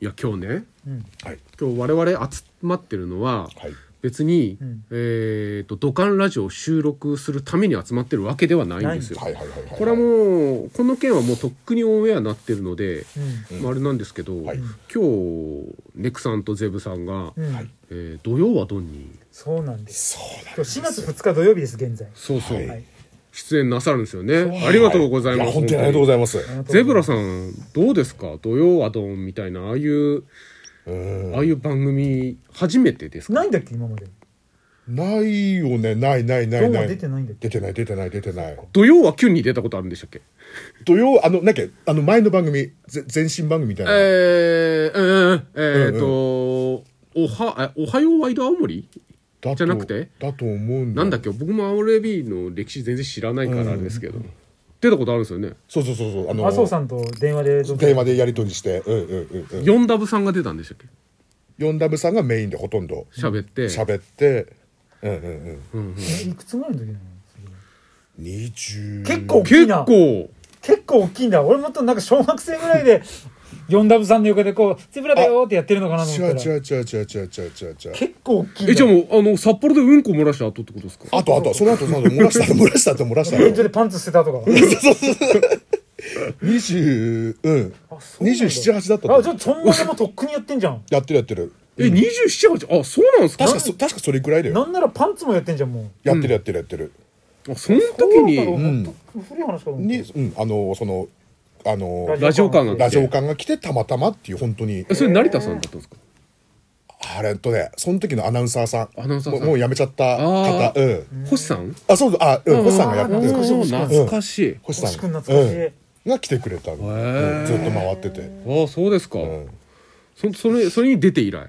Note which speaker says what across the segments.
Speaker 1: いや今日ね
Speaker 2: うん
Speaker 3: はい
Speaker 1: 今日我々集まってるのは
Speaker 3: はい
Speaker 1: 別に、
Speaker 2: うん
Speaker 1: えっ、と「土管ラジオ」を収録するために集まってるわけではないんですよ。
Speaker 3: はいはいはいはい
Speaker 1: これはもうこの件はもうとっくにオンエアになってるので、
Speaker 2: う
Speaker 3: うん
Speaker 1: まあ、あれなんですけど、
Speaker 3: はい
Speaker 1: 今日ネクさんとゼブさんが
Speaker 2: ん、うん
Speaker 3: はい
Speaker 1: 「えー土曜はドンに
Speaker 2: そうなんです
Speaker 3: そうな
Speaker 2: 今
Speaker 3: んで
Speaker 2: 日
Speaker 3: す
Speaker 2: 4月2日土曜日です現在」
Speaker 1: そうそう、
Speaker 3: はい
Speaker 2: はい
Speaker 1: 出演なさるんですよね。ありがとうございます。
Speaker 3: や本当にありがとうございます
Speaker 2: ありがとう
Speaker 1: ゼブラさんどうですか「土曜はドン」みたいなああいう
Speaker 3: うん
Speaker 1: ああいう番組初めてですか
Speaker 2: ないんだっけ今まで
Speaker 3: ないよねないないな
Speaker 2: 今
Speaker 3: い
Speaker 2: 日
Speaker 3: な
Speaker 2: はい出てないんだっけ
Speaker 3: 出てない出てない出てない
Speaker 1: 土曜はキュンに出たことあるんでしたっけ
Speaker 3: 土曜あのなんかあの前の番組ぜ前身番組みたいな、
Speaker 1: えー、うんえーと、おは、えおはようワイド青森
Speaker 3: だと
Speaker 1: じゃなくて
Speaker 3: だと思うん
Speaker 1: なんだ
Speaker 3: っ
Speaker 1: っけ僕も青レビの歴史全然知らないからあれですけど、出たことあるんですよね。
Speaker 3: そうそうそうそうあの
Speaker 2: 麻生さんと電話で
Speaker 3: 電話でやり取りしてうんうんうんうん
Speaker 1: ヨンダブさんが出たんでしたっけ
Speaker 3: ヨンダブさんがメインでほとんど
Speaker 1: 喋って。
Speaker 3: 喋ってうんうんうん
Speaker 2: いくつぐらいの時なの
Speaker 3: 20
Speaker 2: 結構
Speaker 1: 結構、
Speaker 2: 結構大きいんだ俺もっとなんか小学生ぐらいで4ダブさんの横でこう「ゼブラだよ」ってやってるのかなと思っ
Speaker 3: 違
Speaker 2: た
Speaker 3: う
Speaker 2: ら
Speaker 3: 違う違う違う違う違う違う違う
Speaker 2: 結構大きいんだ
Speaker 1: え、じゃあもう、あの、札幌でうんこ漏らした後ってことですか
Speaker 3: あとあとその後その後漏らした後漏らした後漏らした
Speaker 2: 便所
Speaker 3: 後
Speaker 2: でパンツ捨てたとか
Speaker 3: 20うん
Speaker 2: あそうなんだ
Speaker 3: 278だったと
Speaker 2: あ
Speaker 3: 思う
Speaker 2: じゃあそんなでもとっくにやってんじゃん
Speaker 3: やってるやってる
Speaker 1: え、27、8? あ、そうなんですか
Speaker 3: 確かそ確かそれくらいだよ
Speaker 2: なんならパンツもやってんじゃんもう
Speaker 3: やってるやってるやってる
Speaker 1: あその時
Speaker 2: そうだろう
Speaker 1: に、
Speaker 2: もっと古い話かと思った
Speaker 3: にうんあのそのあの
Speaker 1: ラジオ感が
Speaker 3: ラジオ館が来てたまたまっていう本当に
Speaker 1: えそれ成田さんだったんですか
Speaker 3: あれとねその時のアナウンサーさん
Speaker 1: アナウンサーさん
Speaker 3: もうもう辞めちゃった
Speaker 1: あ
Speaker 3: 方うん
Speaker 1: 星さん
Speaker 3: あそうあうん星さんがやって
Speaker 1: 懐かしい。
Speaker 3: る
Speaker 1: 懐かしい。
Speaker 3: 星
Speaker 2: 星
Speaker 3: さ
Speaker 2: 君
Speaker 3: ん
Speaker 2: 懐かしい、
Speaker 3: うんが来てくれたの
Speaker 1: ー
Speaker 3: うんずっと回ってて
Speaker 1: ああ、そうですか。
Speaker 3: うん
Speaker 1: そそれそれに出て以来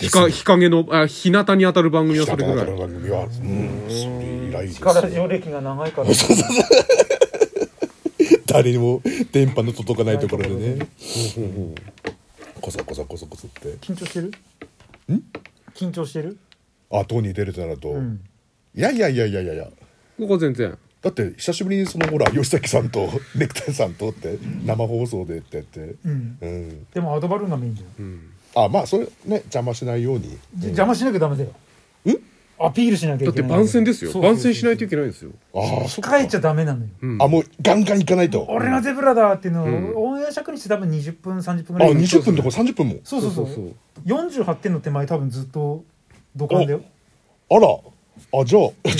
Speaker 1: 日か
Speaker 3: ですね
Speaker 1: 日陰のあ日向に当たる番組はそれぐら
Speaker 3: 北の
Speaker 1: い
Speaker 3: 番組はうんそれ以来です
Speaker 2: 力上歴が長いから
Speaker 3: 誰にも電波の届かないところでねこそこそこそこそって
Speaker 2: 緊張してるん緊張してる
Speaker 3: あ当に出れたなと、
Speaker 2: ん
Speaker 3: いやいやいやいやいやいや
Speaker 1: ここ全然
Speaker 3: だって久しぶりにそのほら吉崎さんとネクタイさんとって生放送でってやって
Speaker 2: うん
Speaker 3: うん
Speaker 2: でもアドバルーンがメインじゃん、
Speaker 3: あまあそれね邪魔しないように
Speaker 2: じ邪魔しなきゃダメだよアピールしなき
Speaker 1: だ
Speaker 2: ゃい
Speaker 1: って
Speaker 2: けない
Speaker 1: 番宣ですよ
Speaker 2: そうそうそう
Speaker 1: 番宣しないといけないんですよ
Speaker 3: ああそっか
Speaker 2: 控えちゃダメなのよ、
Speaker 3: あもうガンガン行かないと
Speaker 2: 俺がゼブラだっていうのを、オンエア尺にして多分20分30分ぐ
Speaker 3: あ
Speaker 2: らい
Speaker 3: 20分とか30分も
Speaker 2: そうそうそう
Speaker 1: そうそう
Speaker 2: 48点の手前多分ずっとどこで
Speaker 3: あらあじゃあちょっと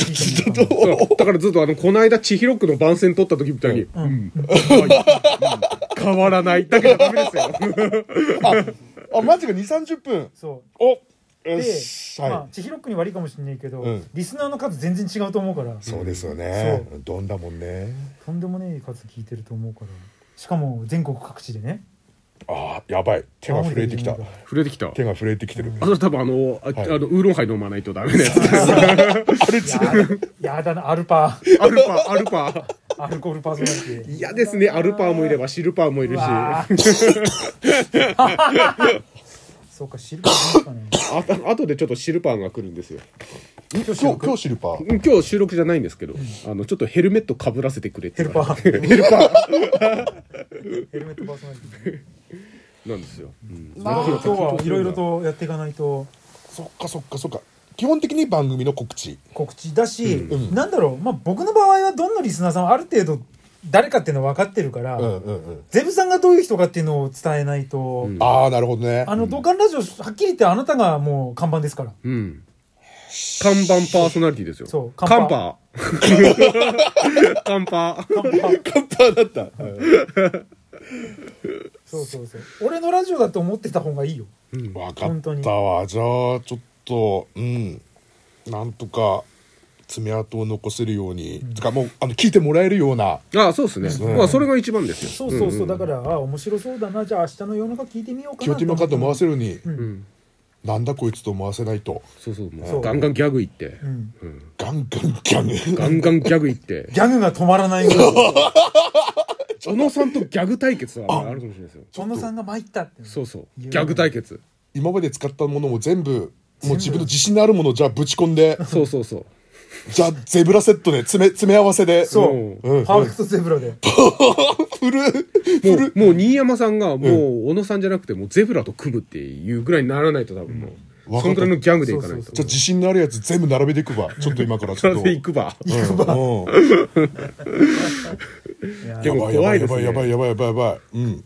Speaker 3: ちょっと
Speaker 1: だからだからずっとあのこの間千尋区の番宣撮った時みたいに、うんうん変わらないだけじゃダメです よ
Speaker 3: あマジか2 3 0分
Speaker 2: そう
Speaker 3: およ
Speaker 2: で、
Speaker 3: しはい、
Speaker 2: まあ千尋君に悪いかもしれないけど、
Speaker 3: うん
Speaker 2: リスナーの数全然違うと思うから
Speaker 3: そうですよねどんだもんね
Speaker 2: とんでもねえ数聞いてると思うからしかも全国各地でね
Speaker 3: あーやばい手が震えてきた
Speaker 1: 触れてきた
Speaker 3: 手が震えてきてる
Speaker 1: あそれ多分あのあ,、
Speaker 3: はい
Speaker 1: あのウーロンハイ飲まないとダメ なやつ
Speaker 2: やだなアルパ
Speaker 1: アルパアルパ
Speaker 2: ーアルコールパーソナリティ
Speaker 1: 嫌ですねアルパーもいればシルパーもいるしあ
Speaker 2: わー そうかシルバーですかね
Speaker 1: と後でちょっとシルパーが来るんですよ
Speaker 3: 今日今日シルパー
Speaker 1: うん今日収録じゃないんですけど、あのちょっとヘルメットかぶらせてくれって
Speaker 2: ヘ
Speaker 1: 言
Speaker 2: ル
Speaker 1: われて
Speaker 2: パーヘルパーヘルメットパーソナリティ
Speaker 1: なんですよ、
Speaker 2: まあ今日はいろいろとやっていかないと
Speaker 3: そっかそっかそっか基本的に番組の告知
Speaker 2: 告知だし、なんだろう、まあ、僕の場合はどんなリスナーさんはある程度誰かっていうのは分かってるから、
Speaker 3: うんうんうん
Speaker 2: ゼブさんがどういう人かっていうのを伝えないと、
Speaker 3: ああなるほどね
Speaker 2: あの、同感ラジオ、はっきり言ってあなたがもう看板ですから。
Speaker 1: うん。看板パーソナリティですよ。
Speaker 2: そう
Speaker 1: 看
Speaker 2: 看
Speaker 1: 板。
Speaker 2: 板
Speaker 1: 看 板。看板。
Speaker 3: カッパーだったうん
Speaker 2: そうそうそう。俺のラジオだと思ってた方がいいよ。
Speaker 3: わか
Speaker 2: 本
Speaker 3: っ
Speaker 2: 当に
Speaker 3: たわじゃあちょっとうんなんとか爪痕を残せるようにつかもうあの聞いてもらえるような
Speaker 1: あそうですね。まあ、それが一番ですよ。
Speaker 2: そうそうそう。だから、あ、面白そうだな。じゃあ明日の夜中聞いてみようかな。
Speaker 3: 気を手間かと思わ
Speaker 2: す。
Speaker 3: せるに
Speaker 1: ん
Speaker 3: なんだこいつと思わせないと
Speaker 1: そうそう。もう
Speaker 2: そう
Speaker 1: ガンガンギャグいって。
Speaker 2: うん。
Speaker 3: ガンガンギャ グ
Speaker 1: ガンガンギャグいって。
Speaker 2: ギャグが止まらないぐらい。
Speaker 1: 小野さんとギャグ対決はあるかもしれないですよ。
Speaker 2: 小野さんが参ったって。
Speaker 1: そうそう。ギャグ対決。
Speaker 3: 今まで使ったものも全部もう自分の自信のあるものをじゃあぶち込んで
Speaker 1: そうそうそう。
Speaker 3: じゃあ、ゼブラセットで、詰め、詰め合わせで。
Speaker 2: そう
Speaker 1: うん。
Speaker 3: うん
Speaker 2: パーフェクトゼブラで。
Speaker 3: 古い。
Speaker 1: もう、もう新山さんが、もう、小野さんじゃなくて、もうゼブラと組むっていうぐらいにならないと多分もう、
Speaker 3: うん
Speaker 1: そんくらいのギャングでいかないと。
Speaker 3: じゃあ、自信のあるやつ全部並べてい くわ。ちょっと今からちょっと。
Speaker 1: で行くば。
Speaker 3: うんうん
Speaker 2: い や
Speaker 1: で
Speaker 3: や
Speaker 1: も
Speaker 3: ばいやば
Speaker 1: 怖
Speaker 3: い
Speaker 1: い
Speaker 3: や
Speaker 1: です
Speaker 3: ば
Speaker 1: ね
Speaker 3: いやばいやばいやばいやばい。うん。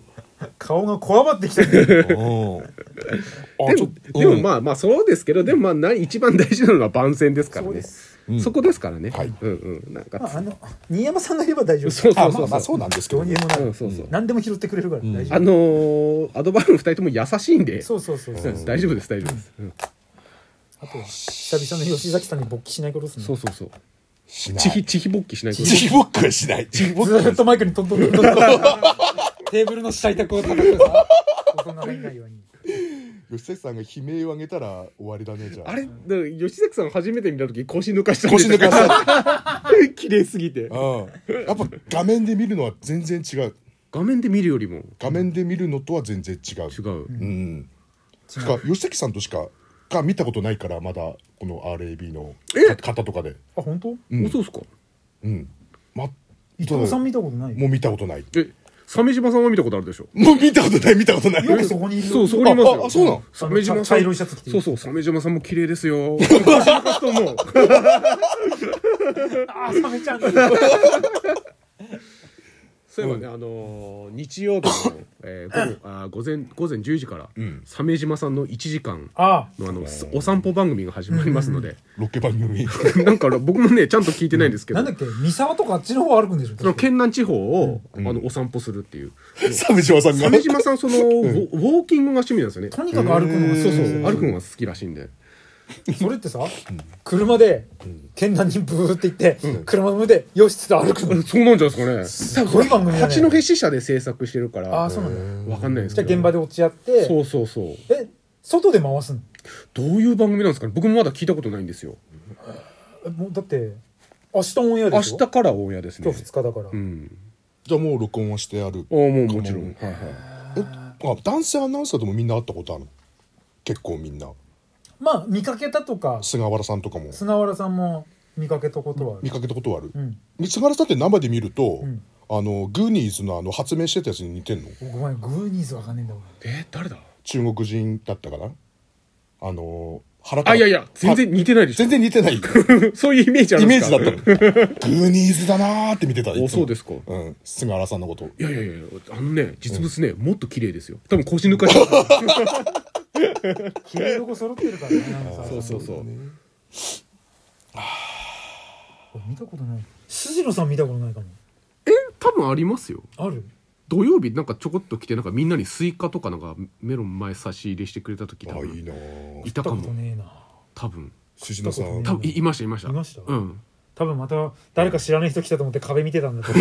Speaker 2: 顔がこわばってきたね。
Speaker 3: うんあ
Speaker 1: で
Speaker 3: ちょ
Speaker 1: も、
Speaker 3: うん
Speaker 1: でもまあまあそうですけど、でもまあな一番大事なのは番宣ですから
Speaker 2: そうで
Speaker 1: ね。
Speaker 2: す。
Speaker 1: そこですからね。
Speaker 3: はい
Speaker 1: うんうん。なんか
Speaker 2: まあ、あの、新山さんがいれば大丈夫。
Speaker 1: そう
Speaker 3: あ
Speaker 1: そうそう
Speaker 3: まあま
Speaker 1: そ
Speaker 3: あ
Speaker 1: う。
Speaker 3: そうなんですけ
Speaker 2: ど
Speaker 3: ど
Speaker 2: うに
Speaker 3: ね
Speaker 2: でもな
Speaker 1: う
Speaker 2: る
Speaker 1: ん。そうそう。
Speaker 2: 何でも拾ってくれるから大丈
Speaker 1: あのーアドバルーン二人とも優しいんで
Speaker 2: 夫。、そうそうそうそう。
Speaker 1: うん大丈夫です大丈夫です。うん
Speaker 2: あとは、久々の吉崎さんに勃起しないことですね。
Speaker 1: そうそうそう。
Speaker 3: しない
Speaker 1: ちひちひ勃起しないこと。
Speaker 3: ちひぼっくはしないちひぼっく
Speaker 2: ずーっとマイクにトントントントン。テーブルの下痛くを叩くさ。大人がいないように。
Speaker 3: 吉崎さんが悲鳴を上げたら終わりだねじゃあ
Speaker 1: あれだから吉崎さん初めて見た時腰抜かしたんで
Speaker 3: 腰
Speaker 1: す
Speaker 3: 抜かした
Speaker 1: 綺麗すぎて
Speaker 3: うんやっぱ画面で見るのは全然違う
Speaker 1: 画面で見るよりも
Speaker 3: 画面で見るのとは全然違う
Speaker 1: 違う
Speaker 3: うんしか吉崎さんとしかが見たことないからまだこの RAB の方とかで
Speaker 2: あ、本当
Speaker 1: おそうっすか
Speaker 3: うんま
Speaker 2: 伊藤さん見たことない
Speaker 3: もう見たことない
Speaker 1: え鮫島さんは見たことあるでしょ
Speaker 3: もう見たことない見たことない
Speaker 2: よくそこにいる。
Speaker 1: そうそこにいます
Speaker 3: あ
Speaker 1: よ
Speaker 3: あそうなの
Speaker 1: 鮫島
Speaker 2: 茶
Speaker 1: さ
Speaker 2: 茶
Speaker 1: ん
Speaker 2: 色いシャツ着て
Speaker 1: そうそう鮫島さんも綺麗ですよ腰抜かすと思う
Speaker 2: あー、サメちゃんだ。
Speaker 1: そういえばね、あのー日曜日 の、えー午後あー午前午前10時から、鮫島さんの1時間
Speaker 2: あ
Speaker 1: のあのすお散歩番組が始まりますので、
Speaker 3: ロケ番組
Speaker 1: なんか僕もねちゃんと聞いてないんですけ
Speaker 2: ー、
Speaker 1: ど、
Speaker 2: なんだっけ三沢とかあっちの方歩くんでしょ
Speaker 1: その県南地方を、あのお散歩するっていう
Speaker 3: 鮫島さんが
Speaker 1: 鮫島さんその、ウォウォーキングが趣味なんですよね
Speaker 2: とにかく歩くのが
Speaker 1: そうそう歩くのが好きらしいんで
Speaker 2: それってさ、車で県南にブーって行って、車の上でよしっつって歩くの
Speaker 1: そうなんじゃないですかね
Speaker 2: ごい番組だね
Speaker 1: 八戸支社で制作してるから
Speaker 2: あーそうなん
Speaker 1: わかんないですけ
Speaker 2: じゃあ
Speaker 1: ど
Speaker 2: 現場で落ち合って
Speaker 1: そうそうそう
Speaker 2: え外で回すの
Speaker 1: どういう番組なんですかね僕もまだ聞いたことないんですよ
Speaker 2: えもうだって明日オンエア
Speaker 1: 明
Speaker 2: でし
Speaker 1: 日
Speaker 2: ょ
Speaker 1: からオンエアですね
Speaker 2: 今日2日だから、
Speaker 1: うん
Speaker 3: じゃあもう録音はしてある
Speaker 1: ああもうもちろんはいはい
Speaker 3: えあ男性アナウンサーでもみんな会ったことあるの結構みんな
Speaker 2: まあ見かけたとか
Speaker 3: 菅原さんとかも
Speaker 2: 砂原さんも見かけたことはある
Speaker 3: 見かけたことはある、
Speaker 2: うん
Speaker 3: 菅原さんって生で見ると、
Speaker 2: ん
Speaker 3: あのグーニーズのあの発明してたやつに似てんの
Speaker 2: お前グーニーズわかんねえんだ俺
Speaker 1: えー誰だ
Speaker 3: 中国人だったかなあの原
Speaker 1: あいやいや全然
Speaker 3: は
Speaker 1: 似てないでし
Speaker 3: 全然似てないイ
Speaker 1: ょ そういうイメージあるん
Speaker 3: メ
Speaker 1: で
Speaker 3: ー
Speaker 1: す
Speaker 3: ジ
Speaker 1: か
Speaker 3: だったの グーニーズだなーって見てたいつも
Speaker 1: おそうですか
Speaker 3: うん、菅原さんのこと
Speaker 1: いやいやいやあのね実物ねもっと綺麗ですよ多分腰抜かしてる
Speaker 2: 綺麗どこ揃ってるからねなんかさ
Speaker 1: そうそうそう
Speaker 2: 俺見たことない辻野さん見たことないかも
Speaker 1: え 多分ありますよ
Speaker 2: ある
Speaker 1: 土曜日なんかちょこっと来てなんかみんなにスイカとかなんかメロン前差し入れしてくれた時多
Speaker 3: あいい
Speaker 1: 分
Speaker 3: なー
Speaker 1: いたか
Speaker 2: 見たこと
Speaker 1: も
Speaker 2: ねえな
Speaker 1: 多分
Speaker 3: 辻野さん
Speaker 1: 多分いいましたいました
Speaker 2: いました
Speaker 1: うん
Speaker 2: 多分また誰か知らない人来たと思って壁見てたんだと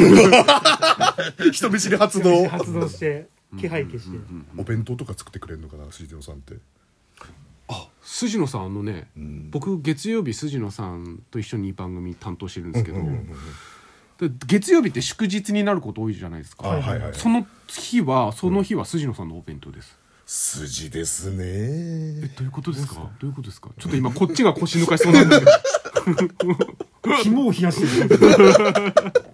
Speaker 3: 人見知り発 動
Speaker 2: 発動して気配消して
Speaker 3: お弁当とか作ってくれるのかな辻野さんって
Speaker 1: 筋野さんあのね、
Speaker 3: ん
Speaker 1: 僕月曜日筋野さんと一緒に番組担当してるんですけど、で月曜日って祝日になること多いじゃないですか、
Speaker 3: あはいはい
Speaker 1: その日はその日は筋野さんのお弁当です、
Speaker 3: 筋ですね
Speaker 1: えどういうことですかどういうことですかちょっと今こっちが腰抜かしそうなんだけど
Speaker 2: 肝を冷やしてる